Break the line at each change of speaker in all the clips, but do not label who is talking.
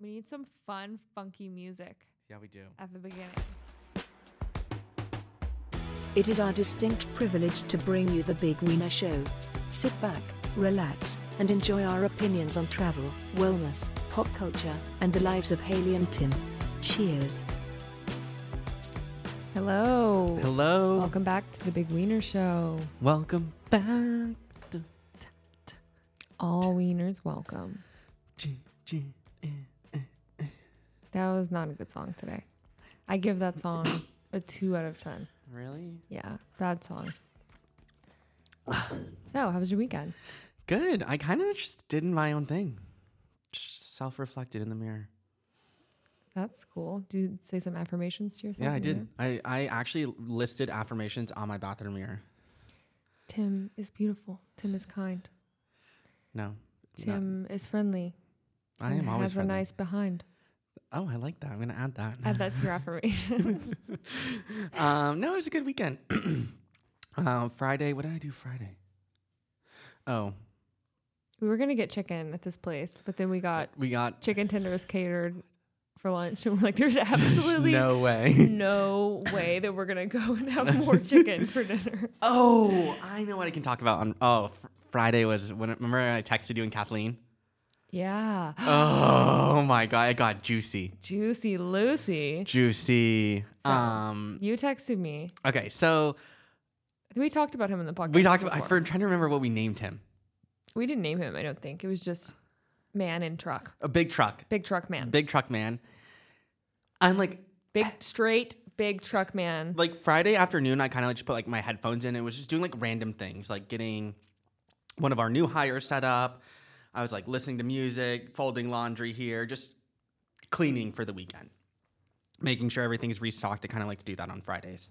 We need some fun, funky music
Yeah, we do.
at the beginning.
It is our distinct privilege to bring you the Big Wiener Show. Sit back, relax, and enjoy our opinions on travel, wellness, pop culture, and the lives of Haley and Tim. Cheers.
Hello.
Hello.
Welcome back to the Big Wiener Show.
Welcome back. to
All wieners welcome.
G- G- N.
That was not a good song today. I give that song a two out of ten.
Really?
Yeah, bad song. So, how was your weekend?
Good. I kind of just did my own thing. Self reflected in the mirror.
That's cool. Do you say some affirmations to yourself?
Yeah, I
in the
did.
mirror?
I, I actually listed affirmations on my bathroom mirror.
Tim is beautiful. Tim is kind.
No. it's not-
Tim is friendly.
I
and
am always
has
friendly.
a nice behind.
Oh, I like that. I'm going to add that.
Add that to your affirmation.
um, no, it was a good weekend. uh, Friday, what did I do Friday? Oh,
we were gonna get chicken at this place, but then we got
we got
chicken tenders catered for lunch, and we're like, "There's absolutely no,
no way.
way that we're gonna go and have more chicken for dinner."
Oh, I know what I can talk about on. Oh, fr- Friday was when remember I texted you and Kathleen.
Yeah,
Oh my god, it got juicy,
juicy Lucy.
juicy. Um,
You texted me.
okay, so
We talked about him in the podcast.
we talked about.
before.
I'm trying to remember what we named him.
We didn't name him. I don't think it was just man in truck,
A big truck,
big truck man, big,
big truck man. I'm like,
straight big truck man.
like Friday afternoon, I kind of just put like my headphones in and was just doing like random things, like getting one of our new hires set up. I was like listening to music, folding laundry here, just cleaning for the weekend, making sure everything's restocked. I kind of like to do that on Fridays.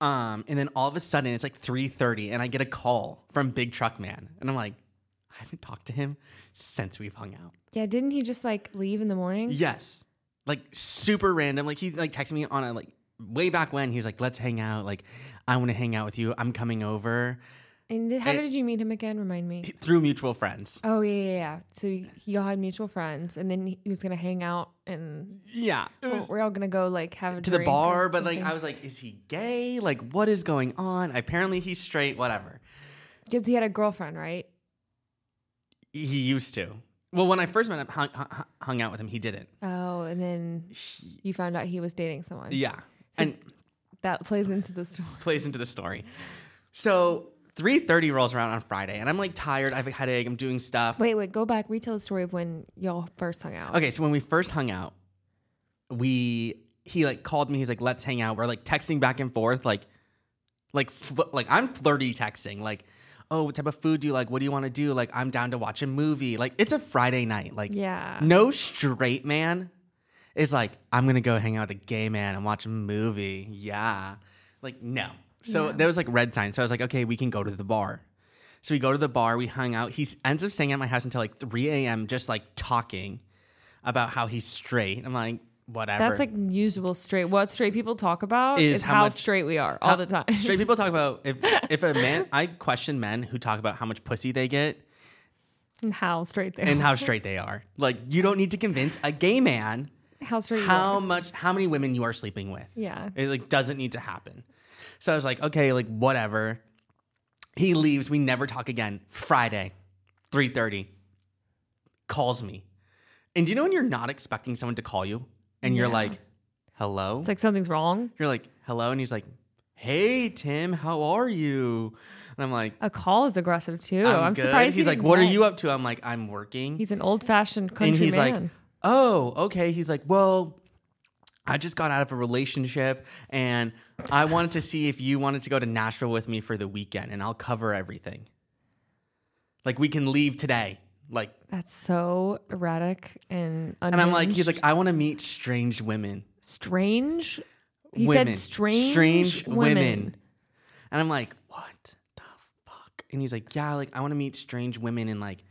Um, and then all of a sudden, it's like three thirty, and I get a call from Big Truck Man, and I'm like, I haven't talked to him since we've hung out.
Yeah, didn't he just like leave in the morning?
Yes. Like super random. Like he like texted me on a like way back when he was like, "Let's hang out. Like I want to hang out with you. I'm coming over."
And th- how
It-
did you meet him again? Remind me.
Through mutual friends.
Oh yeah, yeah, yeah. So y- y'all had mutual friends, and then he he was gonna hang out, and
Yeah. It was
we're all gonna go like have a
to the
drink or
bar, but like
something.
I was like, "Is he gay? Like what is going on?" Apparently he's straight, whatever.
Because he had a girlfriend, right?
He used to. Well, when I first met him, hung, hung- hung out with him, he didn't.
Oh, and then you found out he was dating someone.
Yeah. And
That plays into the story.
plays into the story. So 3:30 rolls around on Friday and I'm like tired. I have a headache. I'm doing stuff.
Wait, wait, go back. Retell the story of when y'all first hung out.
Okay, so when we first hung out, we he like called me. He's like, "Let's hang out." We're like texting back and forth, like, like, fl- like I'm flirty texting, like, "Oh, what type of food do you like? What do you want to do? Like, I'm down to watch a movie. Like, it's a Friday night. Like,
Yeah.
no straight man is like, I'm gonna go hang out with a gay man and watch a movie. Yeah, like no. So there was like red signs. So I was like, okay, we can go to the bar. So we go to the bar. We hung out. He s- ends up staying at my house until like 3 a.m. just like talking about how he's straight. I'm like, whatever.
That's like usual straight. What straight people talk about
Is
is,
how
how,
much-
straight we are
How-
all the time.
straight people talk about if if a man. I question men who talk about how much pussy they get
and how straight they
and
are.
how straight they are. Like you don't need to convince a gay man
How straight?
how much how many women you are sleeping with.
Yeah.
It like doesn't need to happen. So I was like, okay, like whatever. He leaves, we never talk again. Friday, 3:30. Calls me. And do you know when you're not expecting someone to call you and you're like, "Hello?"
It's like something's wrong.
you're like, "Hello?" and he's like, "Hey, Tim, how are you?" And I'm like,
A call is aggressive too.
"I'm,
Oh, I'm,
good."
surprised. he
He's like,
didn't
"What are you
text.
up to?" I'm like, "I'm working."
He's an old fashioned country
and he's
man.
like, "Oh, okay." He's like, "Well, I just got out of a relationship, and I wanted to see if you wanted to go to Nashville with me for the weekend, and I'll cover everything. Like, we can leave today." Like,
That's so erratic and unhinged.
and I'm like, he's like, "I want to meet strange women."
strange. He
women,
said strange,
strange women.
women.
and I'm like, "What the fuck?" And he's like, "Yeah, like I want to meet strange women, and like,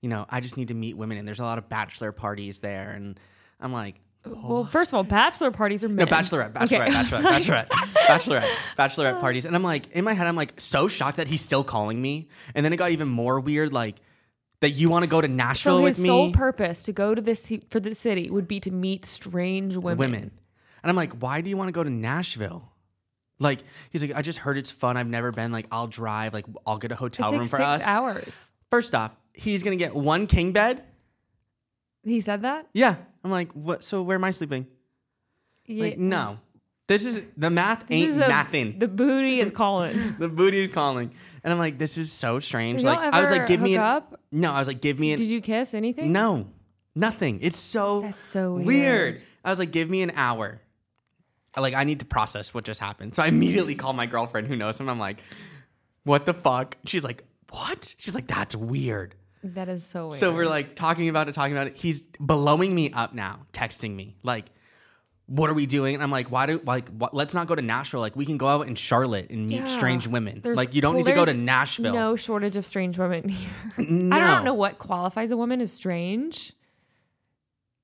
you know, I just need to meet women, and there's a lot of bachelor parties there, and I'm like."
Well, first of all, bachelor parties are men.
No, bachelorette, bachelorette,
Okay.
bachelorette, bachelorette, bachelorette,
Uh.
bachelorette parties. And I'm like, in my head, I'm like so shocked that he's still calling me. And then it got even more weird. Like, that you want to go to Nashville
so
with
his
me?
sole purpose to go to this ci- for the city would be to meet strange women.
women. And I'm like, why do you want to go to Nashville? Like, he's like, I just heard it's fun. I've never been. Like, I'll drive. Like, I'll get a hotel
It's like
room
six
for us.
hours.
First off, he's gonna get one king bed.
He said that.
Yeah. I'm like, what? So where am I sleeping?
Yeah.
Like, no. This is the math
This
ain't
is a-
nothing.
The booty is calling.
The booty is calling, and I'm like, this is so strange.
Did
like,
y'all
I was
ever
like, give me
hook
an,
up?
no. I was like, give me an
Did you kiss anything?
No, nothing. It's so
That's so
weird. I was like, give me an hour. I, Like I need to process what just happened. So I immediately call my girlfriend who knows him. I'm like, what the fuck? She's like, what? She's like, that's weird.
That is so weird.
So we're like talking about it, talking about it. He's blowing me up now, texting me like, what are we doing? And I'm like, why do like what, let's not go to Nashville? Like we can go out in Charlotte and meet
Yeah.
strange women.
There's-
like you don't
well,
need to go to
there's
Nashville.
No shortage of strange women here. I
No.
don't know what qualifies a woman as strange,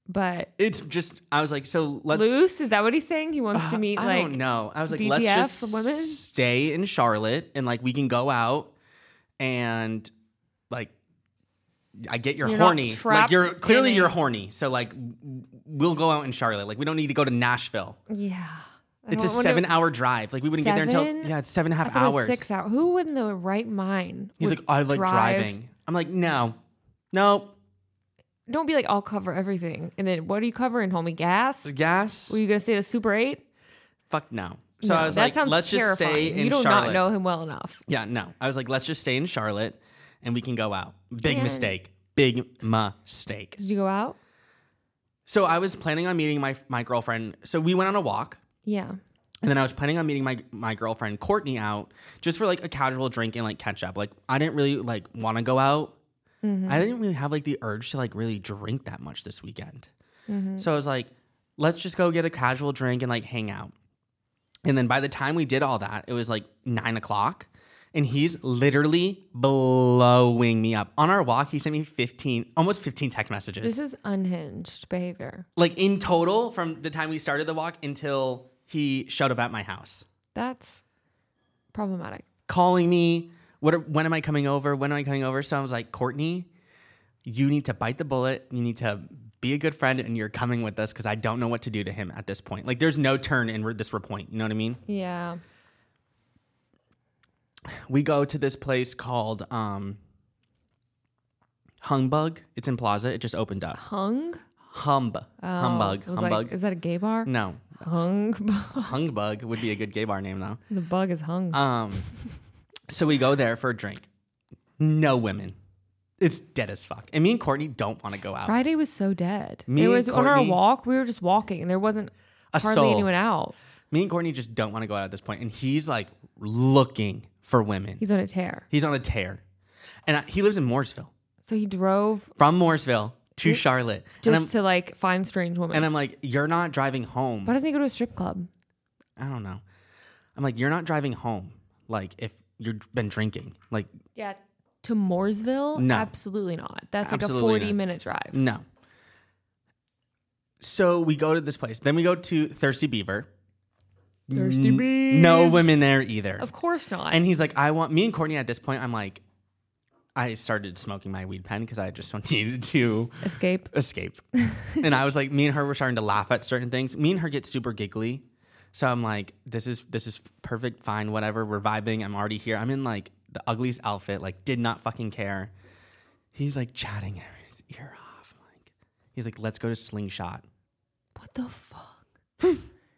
but
It's just I was like, so let's
loose is that what he's saying? He wants to
Uh,
meet
I
like
don't know. I was like, let's
DTF
just
women?
stay in Charlotte and like we can go out and like I get you're,
You're not
horny. Like
trapped
you're clearly
in a-
you're horny. So like w- w- we'll go out in Charlotte. Like we don't need to go to Nashville.
yeah. I
It's a
don't wonder-
seven hour drive. Like we wouldn't get there
Seven?
until yeah, it's seven and a
I
half
thought it was
hours.
Six hours. Who in the right mind?
He's
would
like, "Uh, I like
drive-
driving. I'm like, no, no,
Don't be like, I'll cover everything. And then what are you covering, homie? Gas?
the gas.
Were you gonna stay at a Super Eight?
Fuck no. So
No,
I was
that
like,
sounds
let's just
terrifying.
stay in
You do
Charlotte.
not know him well enough.
Yeah, no. I was like, let's just stay in Charlotte and we can go out. Big mistake. Big mistake.
Did you go out?
So I was planning on meeting my my girlfriend. So we went on a walk
Yeah.
and then I was planning on meeting my my girlfriend Courtney out just for like a casual drink and like catch up. Like I didn't really like want to go out. I didn't really have like the urge to like really drink that much this weekend. So I was like, let's just go get a casual drink and like hang out. And then by the time we did all that, it was like nine o'clock. And he's literally blowing me up. On our walk, he sent me 15, almost 15 text messages
This is unhinged behavior.
like in total from the time we started the walk until he showed up at my house
That's problematic.
calling me what are, when am i coming over when am i coming over so i was like courtney you need to bite the bullet you need to be a good friend and you're coming with us because i don't know what to do to him at this point like there's no turn in re- this point you know what i mean
Yeah.
we go to this place called um humbug it's in plaza it just opened up
Hung?
humb humbug
Oh, I was
humbug
Like, is that a gay bar?
no
Hung.
hungbug would be a good gay bar name though
the bug is hung.
Um, so we go there for a drink. No women. It's dead as fuck. And me and Courtney don't want to go out.
Friday was so dead.
Oh. Me
it
and
was on our
Courtney-
walk. We were just walking, and there wasn't
A
hardly
soul.
anyone out.
Me and Courtney just don't want to go out at this point. And he's like looking for women.
He's
He's,
on a tear,
on a tear. And I, he lives in Mooresville.
so he drove
From Mooresville to Charlotte. And I'm,
just to like find strange women.
and I'm like, you're not driving home.
Why doesn't he go to a strip club?
I don't know. I'm like, you're not driving home. Like, if you've been drinking, like,
Yeah, to Mooresville?
No.
absolutely not. That's
Absolutely
like a
not.
forty-minute drive.
No. So we go to this place. Then we go to Thirsty Beaver.
Thirsty
N-
Beavs.
No women there either.
Of course not.
And he's like, I want me and Courtney at this point. I'm like, I started smoking my weed pen because I just needed to
Escape.
escape. and I was like, me and her were starting to laugh at certain things. Me and her get super giggly. So I'm like, this is this is perfect, fine, whatever. We're vibing. I'm already here. I'm in like the ugliest outfit, like did not fucking care. He's like chatting his ear off. I'm like he's like, let's go to slingshot.
What the fuck?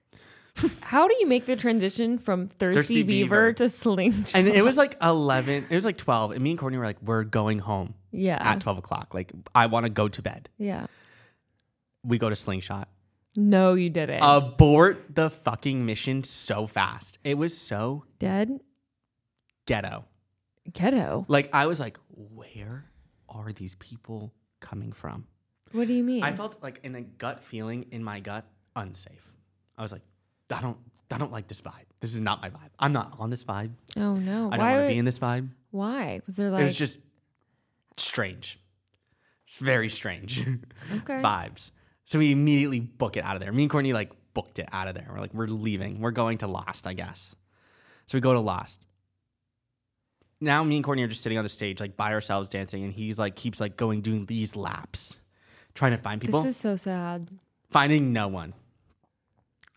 How do you make the transition from thirsty,
Thirsty
beaver,
beaver.
to slingshot?
And it was like eleven, it was like twelve. And me and Courtney were like, we're going home
yeah,
at twelve o'clock. Like I wanna go to bed.
yeah.
We go to slingshot.
No, you didn't.
Abort the fucking mission so fast. It was so
Dead
ghetto.
ghetto.
Like I was like, where are these people coming from?
What do you mean?
I felt like in a gut feeling in my gut, unsafe. I was like, I don't I don't like this vibe. This is not my vibe. I'm not on this vibe.
oh no!
I don't
why?
want to be
would-
in this vibe.
why was there
it
like?
was just strange. It's very strange
Okay.
vibes. So we immediately book it out of there. Me and Courtney like booked it out of there. We're like, we're leaving. We're going to Lost, I guess. So we go to Lost. now me and Courtney are just sitting on the stage like by ourselves dancing, and he's like keeps like going doing these laps, trying to find people,
This is so sad.
finding no one.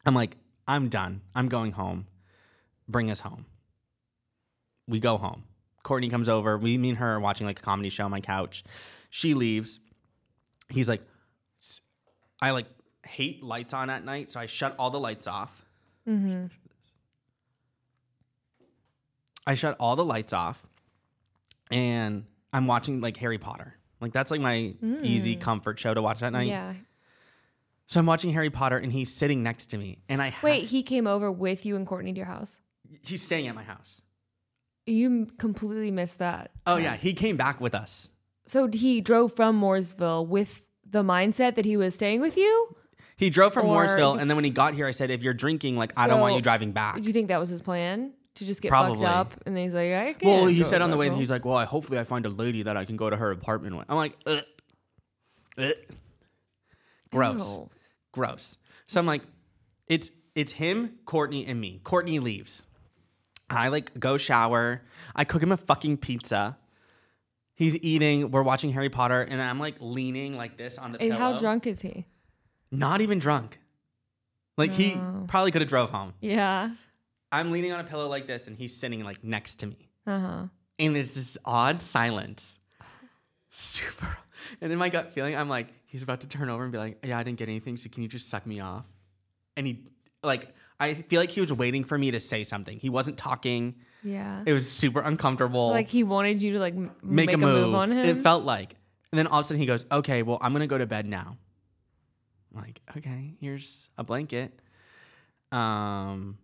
I'm like, I'm done. I'm going home. Bring us home. We go home. Courtney comes over. We me and her are watching like a comedy show on my couch. She leaves. He's like, s- I like hate lights on at night, so I shut all the lights off. I shut all the lights off and I'm watching like Harry Potter. Like that's like my easy comfort show to watch that night.
yeah.
So I'm watching Harry Potter and he's sitting next to me and I ha-
Wait, he came over with you and Courtney to your house.
he's staying at my house.
You m- completely missed that.
Oh yeah, he came back with us.
So he drove from Mooresville with the mindset that he was staying with you.
He drove from
Or-
Mooresville and then when he got here I said if you're drinking like I don't want
So-
you driving back.
Do you think that was his plan to just get
Probably.
fucked up? And then he's like, I can't.
well, he
go
said on the
back
way
home.
he's like, "Well, I hopefully I find a lady that I can go to her apartment with." I'm like, Ugh. Ugh. "Gross."
Ew.
gross. So I'm like, it's it's him, Courtney, and me. Courtney leaves. I like go shower. I cook him a fucking pizza. He's eating. We're watching Harry Potter, and I'm like leaning like this on the
And
pillow.
how drunk is he?
Not even drunk. Like he probably could have drove home.
Yeah.
I'm leaning on a pillow like this, and he's sitting like next to me,
Uh huh.
and it's this odd silence. Super. And in my gut feeling, I'm like, he's about to turn over and be like, "Yeah, I didn't get anything, so can you just suck me off?" and he like I feel like he was waiting for me to say something. He wasn't talking.
Yeah.
It was super uncomfortable.
like he wanted you to like m-
make, a, move.
on him.
It felt like. And then all of a sudden he goes, "Okay, well I'm gonna go to bed now." I'm like, okay, here's a blanket. Um,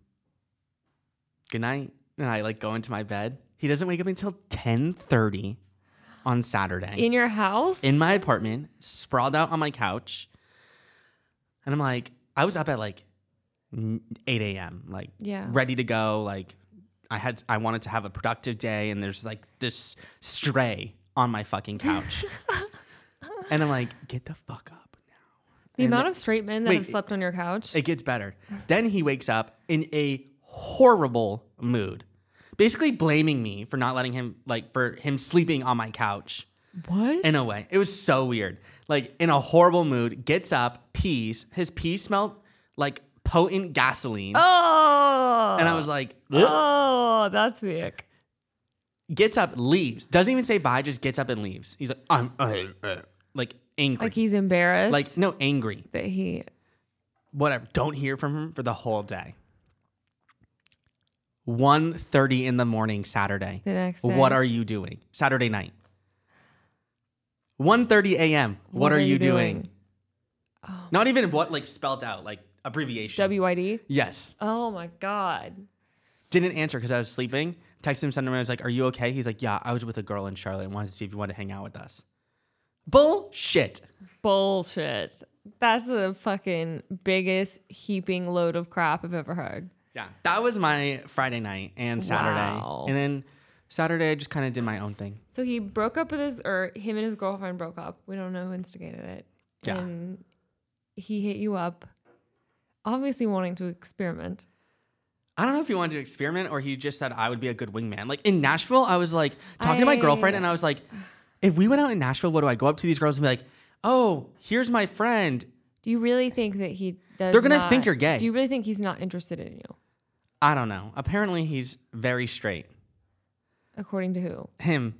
good night. And I like go into my bed. He doesn't wake up until ten thirty on Saturday
in your house.
in my apartment, sprawled out on my couch. And I'm like, I was up at like n- 8 a.m., like
Yeah.
ready to go. Like I had, I wanted to have a productive day, and there's like this stray on my fucking couch. and I'm like, get the fuck up now.
the
and
amount of straight men that
wait,
have slept on your couch.
It gets better. then he wakes up in a horrible mood, basically blaming me for not letting him, like, for him sleeping on my couch.
what?
In a way. It was so weird. Like in a horrible mood, gets up, pees. His pee smelled like potent gasoline.
Oh.
And I was like, "Ugh."
Oh, that's the ick.
gets up, leaves. Doesn't even say bye, just gets up and leaves. He's like, I'm uh, uh," like angry.
Like he's embarrassed.
like no, angry.
that he.
Whatever. Don't hear from him for the whole day. 1.30 in the morning Saturday.
The next
What
day.
are you doing? Saturday night. 1.30 a.m. What, are, you doing? Not even what like spelled out, like abbreviation.
WID.
yes.
Oh my god.
Didn't answer because I was sleeping. Texted him, sent him, I was like, Are you okay? He's like, Yeah, I was with a girl in Charlotte and wanted to see if you wanted to hang out with us. Bullshit.
Bullshit. That's the fucking biggest heaping load of crap I've ever heard.
Yeah. That was my Friday night and Saturday.
Wow.
And then Saturday I just kind of did my own thing.
So he broke up with his, or him and his girlfriend broke up. We don't know who instigated it.
Yeah.
And he hit you up, obviously wanting to experiment.
I don't know if he wanted to experiment or he just said I would be a good wingman. Like in Nashville, I was like talking to my
I-
girlfriend and I was like, if we went out in Nashville, what do I go up to these girls and be like, oh, here's my friend.
Do you really think that he does?
They're gonna
not-
think you're gay.
Do you really think he's not interested in you?
I don't know. Apparently he's very straight.
According to who?
Him.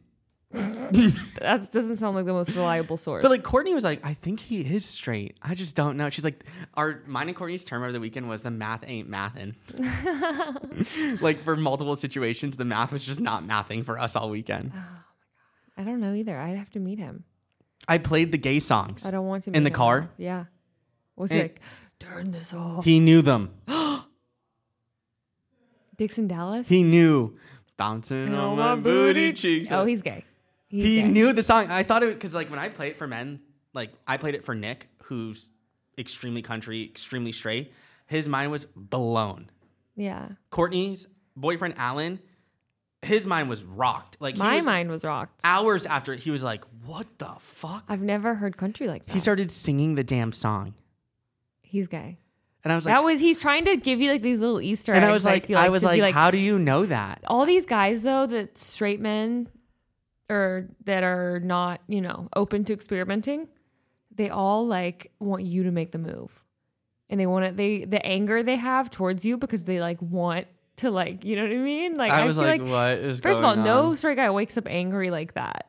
That doesn't sound like the most reliable source.
But like Courtney was like, I think he is straight. I just don't know. She's like, our mine and Courtney's term over the weekend was the math ain't mathin'. like for multiple situations, the math was just not mathing for us all weekend.
I don't know either. I'd have to meet him.
I played the gay songs.
I don't want to. Meet
in the
him.
car.
Yeah. Was he
And-
like, turn this off?
He knew them.
Dixon Dallas.
He knew. Bouncing on my booty cheeks.
Oh, he's gay. He's
he
gay.
knew the song. I thought it because like when I play it for men, like I played it for Nick, who's extremely country, extremely straight. His mind was blown.
Yeah.
Courtney's boyfriend Alan, his mind was rocked. Like he
My
was-
mind was rocked.
Hours after he was like, "What the fuck?"
I've never heard country like that.
He started singing the damn song.
He's gay.
And I was like,
that was he's trying to give you like these little Easter
and
eggs.
I was like, I,
feel like,
was
to be
like, how do you know that?
all these guys though that straight men or that are not you know open to experimenting they all like want you to make the move and they want it they the anger they have towards you because they like want to like you know what i mean like
I was
feel
like, what is
first of all
going
no
on?
straight guy wakes up angry like that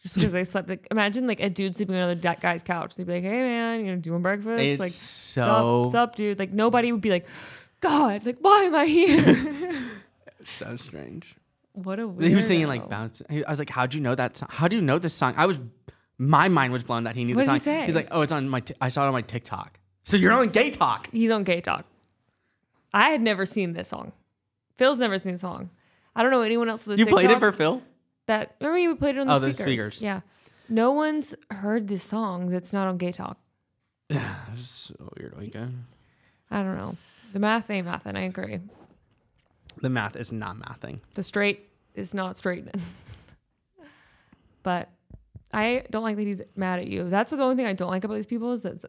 just because they slept like imagine like a dude sleeping on another da- guy's couch they'd be like hey man you know doing breakfast
It's
like
so-
sup, sup dude like nobody would be like god like why am i here
So strange.
what a weird
He was singing like bounce. he- I was like, how'd you know that song? How do you know this song? I was, my mind was blown that he knew
What
the
did
song.
he say?
He's like, oh, it's on my. T- I saw it on my TikTok. So you're on gay talk.
He's on Gay Talk. I had never seen this song. Phil's never seen the song. I don't know anyone else with
You played it
TikTok
for Phil.
that. Remember, we played it on the
Oh, the
speakers.
speakers.
Yeah, no one's heard this song that's not on Gay Talk.
So weird. Okay.
I don't know. The math ain't math, and I agree.
The math is not mathing.
The straight is not straight. but I don't like that he's mad at you. That's what the only thing I don't like about these people is that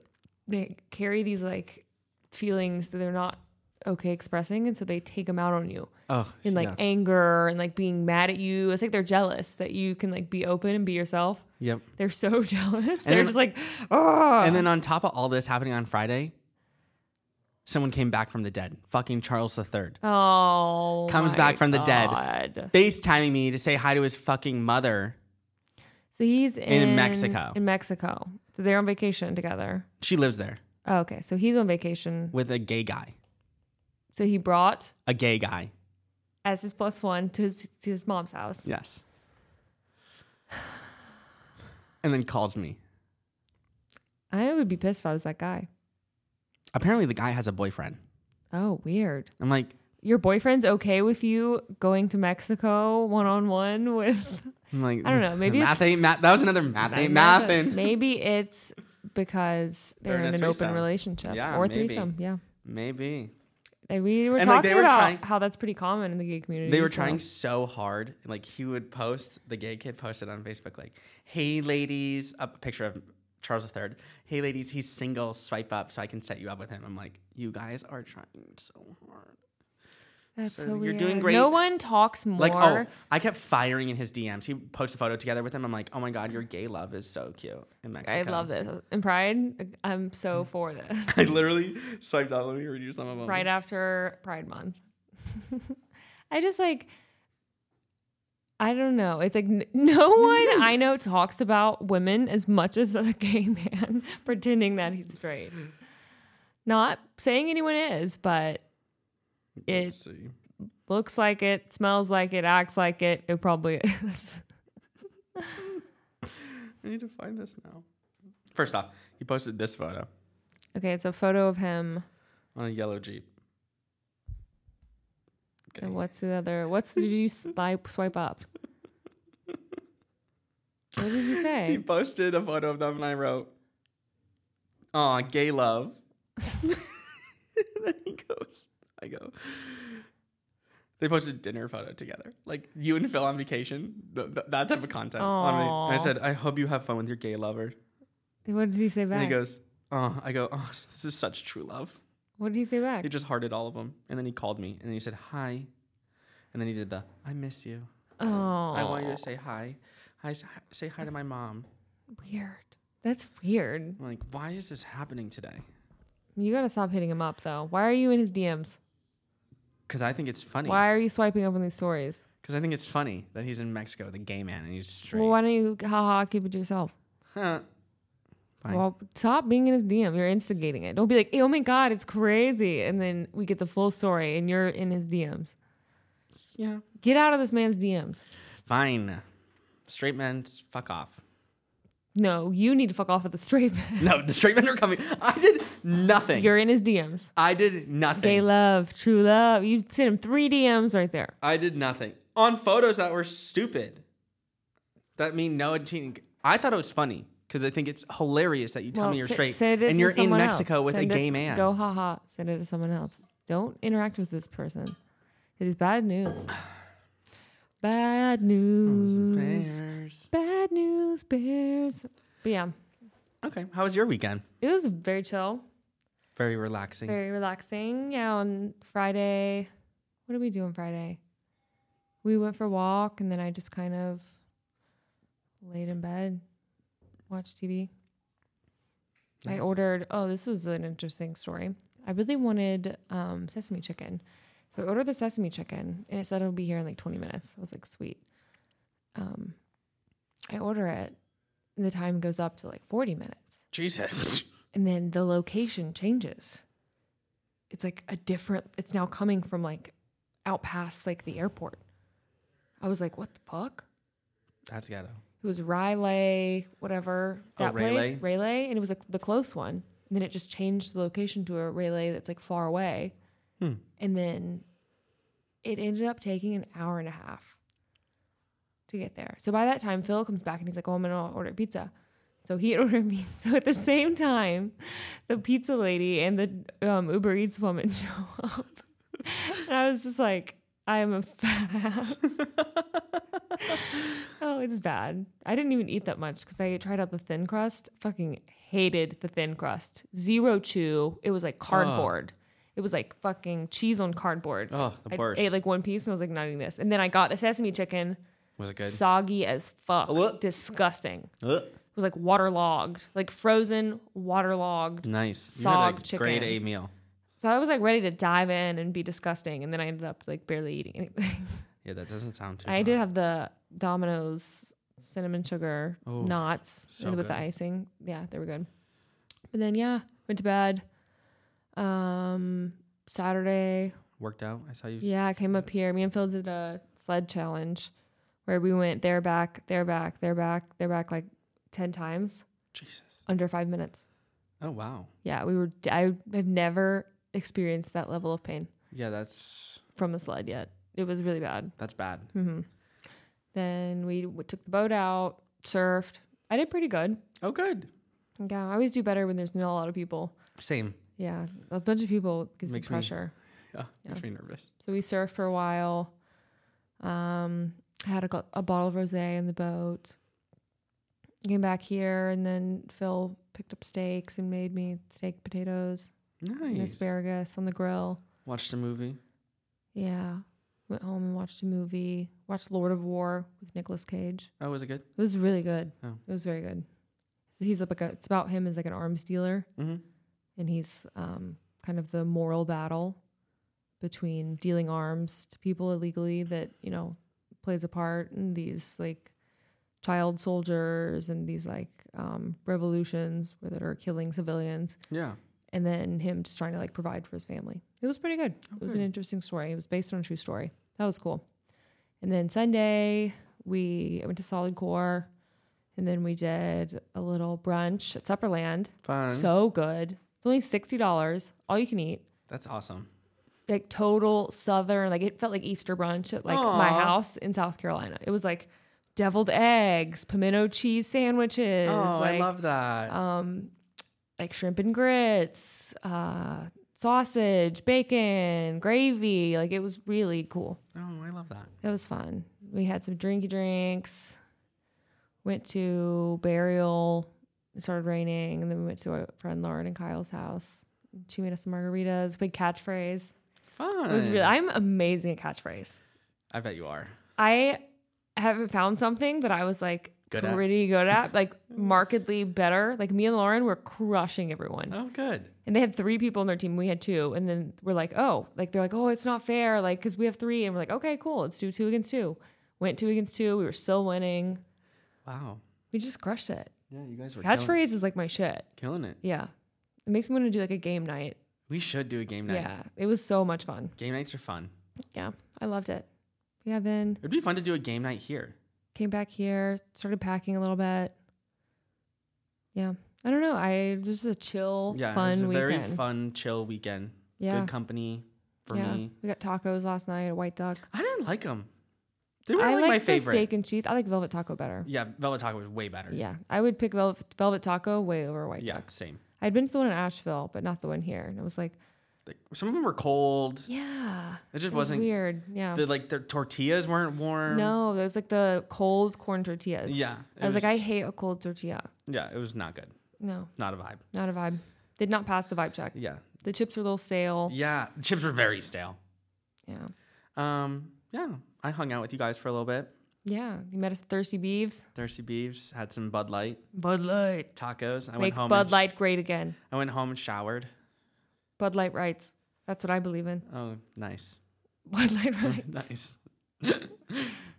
they carry these like feelings that they're not okay expressing, and so they take them out on you.
Oh,
in like
yeah.
anger and like being mad at you. It's like they're jealous that you can like be open and be yourself.
yep.
They're so jealous.
And
they're
then-
just like, oh.
And then on top of all this happening on Friday, someone came back from the dead. Fucking Charles III.
Oh,
Comes
my
back from the dead.
God.
FaceTiming me to say hi to his fucking mother.
So he's in,
Mexico.
In Mexico, so they're on vacation together.
She lives there
Oh, okay, so he's on vacation.
with a gay guy.
So he brought
A gay guy.
as his plus one to his, to his mom's house.
Yes. And then calls me.
I would be pissed if I was that guy.
Apparently, the guy has a boyfriend.
Oh, weird.
I'm like,
Your boyfriend's okay with you going to Mexico one on one with
I'm like,
I don't know, maybe
math ain't math. That was another math ain't
Maybe-
mathin'.
Maybe it's because they're,
They're in
in,
a
an open
threesome.
relationship
Yeah,
or
maybe.
threesome. Yeah,
Maybe.
And we were
And,
talking
like, they were
about
trying-
how that's pretty common in the gay community.
They were
so-
trying so hard. Like he would post, the gay kid posted on Facebook, like, "Hey ladies," a picture of Charles III. "Hey ladies, he's single. Swipe up so I can set you up with him." I'm like, "You guys are trying so hard."
That's so,
you're
weird.
doing great.
No one talks more.
Like, oh, I kept firing in his DMs. He posted a photo together with him. I'm like, "Oh my god, your gay love is so cute." In Mexico.
I love this. And Pride, I'm
Hmm.
so for this.
I literally swiped out. Let me read you some of them.
right after Pride Month. I just like, I don't know. It's like n- no one I know talks about women as much as a gay man pretending that he's straight.
Hmm.
Not saying anyone is, but it
see.
looks like it, smells like it, acts like it. It probably is.
I need to find this now. First off, he posted this photo
Okay, it's a photo of him.
on a yellow jeep. Okay.
And what's the other? What's did you swipe swipe up? What did you
He
say?
posted a photo of them and I wrote, Aw, gay love. then he goes, I go. They posted a dinner photo together. Like you and Phil on vacation, th- th- that type of content. on me. And I
Aw.
said, I hope you have fun with your gay lover.
What did he say back?
And he goes, Oh, I go, Oh, this is such true love.
What did he say back?
He just hearted all of them. And then he called me and then he said, Hi. And then he did the, I miss you.
Oh,
I want you to say hi. Hi, s- say hi to my mom.
weird. That's weird.
I'm like, why is this happening today?
You gotta stop hitting him up though. Why are you in his DMs?
Because I think it's funny.
Why are you swiping up on these stories?
Because I think it's funny that he's in Mexico with a gay man and he's straight.
Well, why don't you haha keep it to yourself?
Huh. Fine.
Well, stop being in his DM. You're instigating it. Don't be like, "Hey, oh my god, it's crazy, and then we get the full story, and you're in his DMs.
yeah.
Get out of this man's DMs.
Fine. Straight men, s- fuck off.
No, you need to fuck off with the straight man.
No, the straight men are coming. I did nothing.
You're in his DMs.
I did
Gay
nothing.
love, true love. You sent him three DMs right there.
I did nothing. On photos that were stupid. That mean no cheating. I thought it was funny because I think it's hilarious that you tell
Well,
me you're
s-
straight
send it
and
to
you're in
someone
Mexico
else.
with
Send
a
it-
gay man.
Go haha, send it to someone else. Don't interact with this person. It is bad news. Bad news.
Bears.
Bad news bears. But yeah,
Okay. How was your weekend?
it was very chill.
Very relaxing.
Very relaxing. Yeah, on Friday, what did we do on Friday? We went for a walk and then I just kind of laid in bed, watched TV. I ordered, oh, this was an interesting story. I really wanted um, sesame chicken. So I ordered the sesame chicken and it said it'll be here in like 20 minutes. I was like, sweet. Um, I order it and the time goes up to like 40 minutes.
Jesus.
And then the location changes. It's like a different, it's now coming from like out past like the airport. I was like, what the fuck?
That's ghetto.
It was Riley, whatever,
Oh,
that place,
Rayleigh?
Rayleigh. And it was like the close one. And then it just changed the location to a Rayleigh that's like far away. And then it ended up taking an hour and a half to get there. So by that time, Phil comes back and he's like, "Oh, I'm gonna order pizza." So he had ordered pizza. So at the same time, the pizza lady and the um, Uber Eats woman show up, and I was just like, "I am a fat ass." oh, it's bad. I didn't even eat that much because I tried out the thin crust. Fucking hated the thin crust. Zero chew. It was like cardboard. It was like fucking cheese on cardboard.
Oh, the
I
worst.
ate like one piece and I was like, not eating this. And then I got the sesame chicken,
Was it good?
soggy as fuck,
what?
disgusting.
Ugh.
It was like waterlogged, like frozen, waterlogged.
Nice.
Sog
you had a Grade A
chicken.
meal.
So I was like ready to dive in and be disgusting, and then I ended up like barely eating anything.
Yeah, that doesn't sound too.
I did
hot.
have the Domino's cinnamon sugar
Oh,
knots
so
with
good.
the icing. Yeah, they were good. But then yeah, went to bed. Um, Saturday
worked out. I saw you.
Yeah, I came up here. Me and Phil did a sled challenge where we went there, back, there, back, there, back, there, back like 10 times
Jesus.
under five minutes.
Oh wow.
Yeah, we were, I, I've never experienced that level of pain
Yeah, that's
from a sled yet. It was really bad.
that's bad.
Mm-hmm. Then we w- took the boat out, surfed. I did pretty good.
Oh, good.
Yeah, I always do better when there's not a lot of people.
Same.
Yeah, a bunch of people gives me
Makes me-
pressure.
Yeah, makes me nervous.
So we surfed for a while. Um, had a, gl- a bottle of rosé in the boat. Came back here, and then Phil picked up steaks and made me steak potatoes and
Nice.
asparagus on the grill.
Watched a movie.
Yeah, went home and watched a movie. Watched Lord of War with Nicolas Cage.
Oh, was it good?
It was really good.
Oh.
It was very good. So he's like a, it's about him as like an arms dealer,
Mm-hmm.
and he's um, kind of the moral battle between dealing arms to people illegally that you know plays a part in these like child soldiers and these like um, revolutions where that are killing civilians
Yeah.
and then him just trying to like provide for his family it was pretty good it was an interesting story it was based on a true story that was cool and then sunday we I went to solid core and then we did a little brunch at supperland
Fun.
so good. It's only sixty dollars, all you can eat.
that's awesome.
Like total southern, like it felt like Easter brunch at like my house in South Carolina. It was like deviled eggs, pimento cheese sandwiches,
Oh,
like uh,
I love that.
like shrimp and grits, uh, sausage, bacon, gravy. Like it was really cool.
oh, I love that.
That was fun. We had some drinky drinks. Went to burial. It started raining, and then we went to our friend Lauren and Kyle's house. She made us some margaritas. Big catchphrase.
Fun.
It was really. I'm amazing at catchphrase.
I bet you are.
I haven't found something that I was like
Good at.
pretty good at, like markedly better. Like me and Lauren were crushing everyone.
Oh, good.
And they had three people on their team. We had two. And then we're like, oh, like they're like, oh, it's not fair. Like, cause we have three. And we're like, okay, cool. Let's do two against two. Went two against two. We were still winning.
Wow.
We just crushed it.
Yeah, you guys were killing,
Catchphrase is like my shit.
killing it.
Yeah. It makes me want to do like a game night.
We should do a game night.
Yeah. It was so much fun.
Game nights are fun.
Yeah. I loved it. Yeah. Then
It'd be fun to do a game night here.
came back here, started packing a little bit. Yeah. I don't know. I just a chill,
Yeah,
fun
it was a very
weekend.
fun, chill weekend.
Yeah.
Good company for
yeah.
me.
We got tacos last night, a white duck.
I didn't like them. They were
I
like,
like,
my
the
favorite.
steak and cheese. I like velvet taco better.
yeah, Velvet Taco was way better.
Yeah, I would pick velvet, velvet taco way over white
Yeah,
duck.
same.
I'd been to the one in Asheville, but not the one here, and I was like,
Like, some of them were cold.
yeah,
It
it
just
was
wasn't.
weird. Yeah,
The, like their tortillas weren't warm.
no, it was like the cold corn tortillas.
Yeah. it
I was, like, I hate a cold tortilla.
Yeah, it was not good.
No,
Not a vibe.
not a vibe. Did not pass the vibe check.
Yeah.
The chips were a little stale.
Yeah. Chips were very stale.
Yeah.
Um, yeah. I hung out with you guys for a little bit.
Yeah. You met us at Thirsty Beeves.
Thirsty Beeves, had some Bud Light,
Bud Light.
tacos. I went
Make
home and
Bud
sh-
Light great again.
I went home and showered.
Bud Light rights. That's what I believe in.
Oh, nice.
Bud Light rights.
Nice.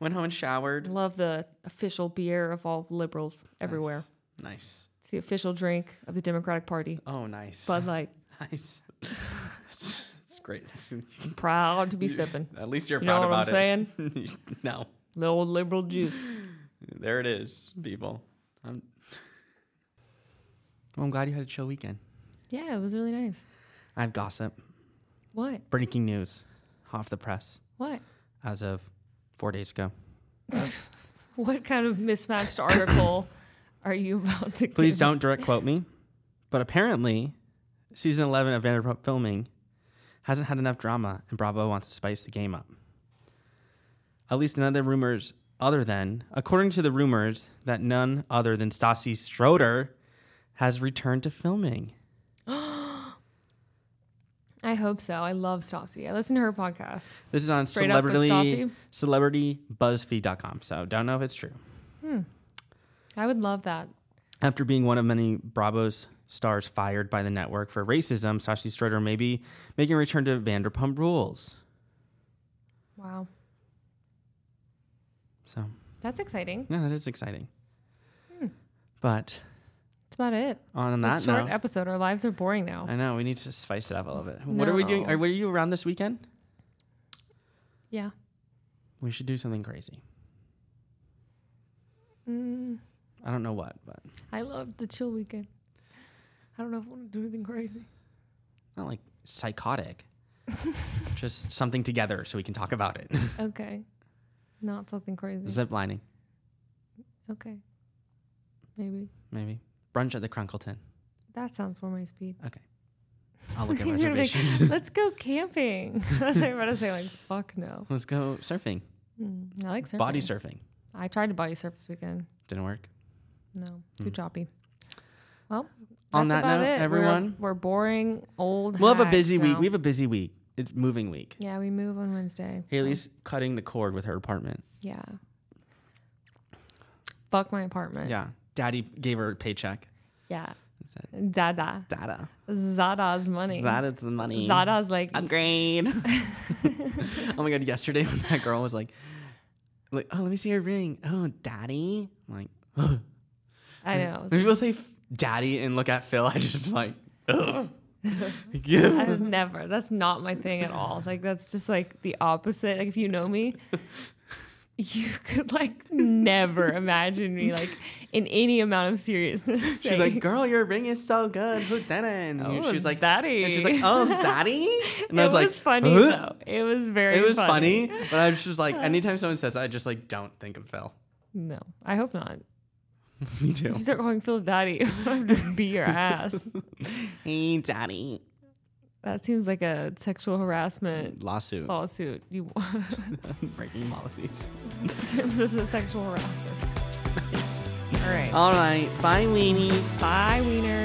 went home and showered.
Love the official beer of all liberals everywhere.
Nice.
It's the official drink of the Democratic Party.
Oh, nice.
Bud Light.
Nice. That's, that's great. That's-
I'm proud to be sipping.
At least you're
You
proud
know what I'm
about
saying?
it. no.
The old liberal juice.
There it is, people. I'm, well, I'm glad you had a chill weekend.
Yeah, it was really nice.
I have gossip.
What?
Breaking news off the press
What?
as of four days ago.
What kind of mismatched article are you about to
Please
give?
don't direct quote me. But apparently, season 11 of Vanderpump filming hasn't had enough drama, and Bravo wants to spice the game up. At least none of the rumors, other than, according to the rumors, that none other than Stassi Schroeder has returned to filming.
I hope so. I love Stassi. I listen to her podcast.
This is on
Straight Up with
celebrity, celebritybuzzfeed.com, so don't know if it's true.
I would love that.
After being one of many Bravo's stars fired by the network for racism, Sashi Schroeder may be making a return to Vanderpump Rules.
Wow.
So,
That's exciting.
yeah, that is exciting. But
That's about it.
on
Hmm. It's
that
a short
note,
episode. Our lives are boring now.
I know we need to spice it up a little bit. What are we doing?
No.
Are, were you around this weekend?
yeah.
We should do something crazy. I don't know what, but
Mm, I love the chill weekend. I don't know if I want to do anything crazy.
not like psychotic. Just something together so we can talk about it.
Mm-hmm. Okay. Not something crazy.
Zip lining,
okay. Maybe.
maybe. Brunch at the Crunkleton.
That sounds more my speed.
Okay. I'll look at
You're gonna be like,
reservations.
Let's go camping. I was about to say like, fuck no.
Let's go surfing.
Mm, I like surfing.
Body surfing.
I tried to body surf this weekend.
Didn't work.
No, too choppy. Well,
Hmm. On
that's
that
about
note,
it. We're-
everyone-
we're, boring old.
We'll have a
hacks
busy week.
now.
We have a busy week. It's moving week.
yeah, we move on Wednesday.
Haley's cutting the cord with her apartment.
Yeah. Fuck my apartment.
Yeah. Daddy gave her a paycheck.
Yeah. Zada.
Dada.
Zada's money.
That is the money.
Zada's like,
Upgrade. oh my god, yesterday when that girl was like, like, oh, let me see your ring. Oh, daddy. I'm like, ugh.
I know.
when people say f- daddy and look at Phil, I just like, ugh.
I
yeah.
would never. That's not my thing at all. Like that's just like the opposite. Like if you know me, you could like never imagine me like in any amount of seriousness.
She's like, girl, your ring is so good. Who didn't? And
Oh,
she was like,
daddy.
And she's like, oh, daddy. And
it
I
was,
was, like,
funny
"Ugh."
though. It was very.
It was funny, but I was just like, anytime someone says, that, I just like don't think of Phil.
No, I hope not.
Me too.
If you start calling Phil daddy, I'm just beat your ass.
Hey, daddy.
That seems like a sexual harassment
Lawsuit.
lawsuit. You,
Breaking policies.
Tim's is a sexual harasser. All right.
Uh, All right. Bye, weenies.
Bye, Wiener.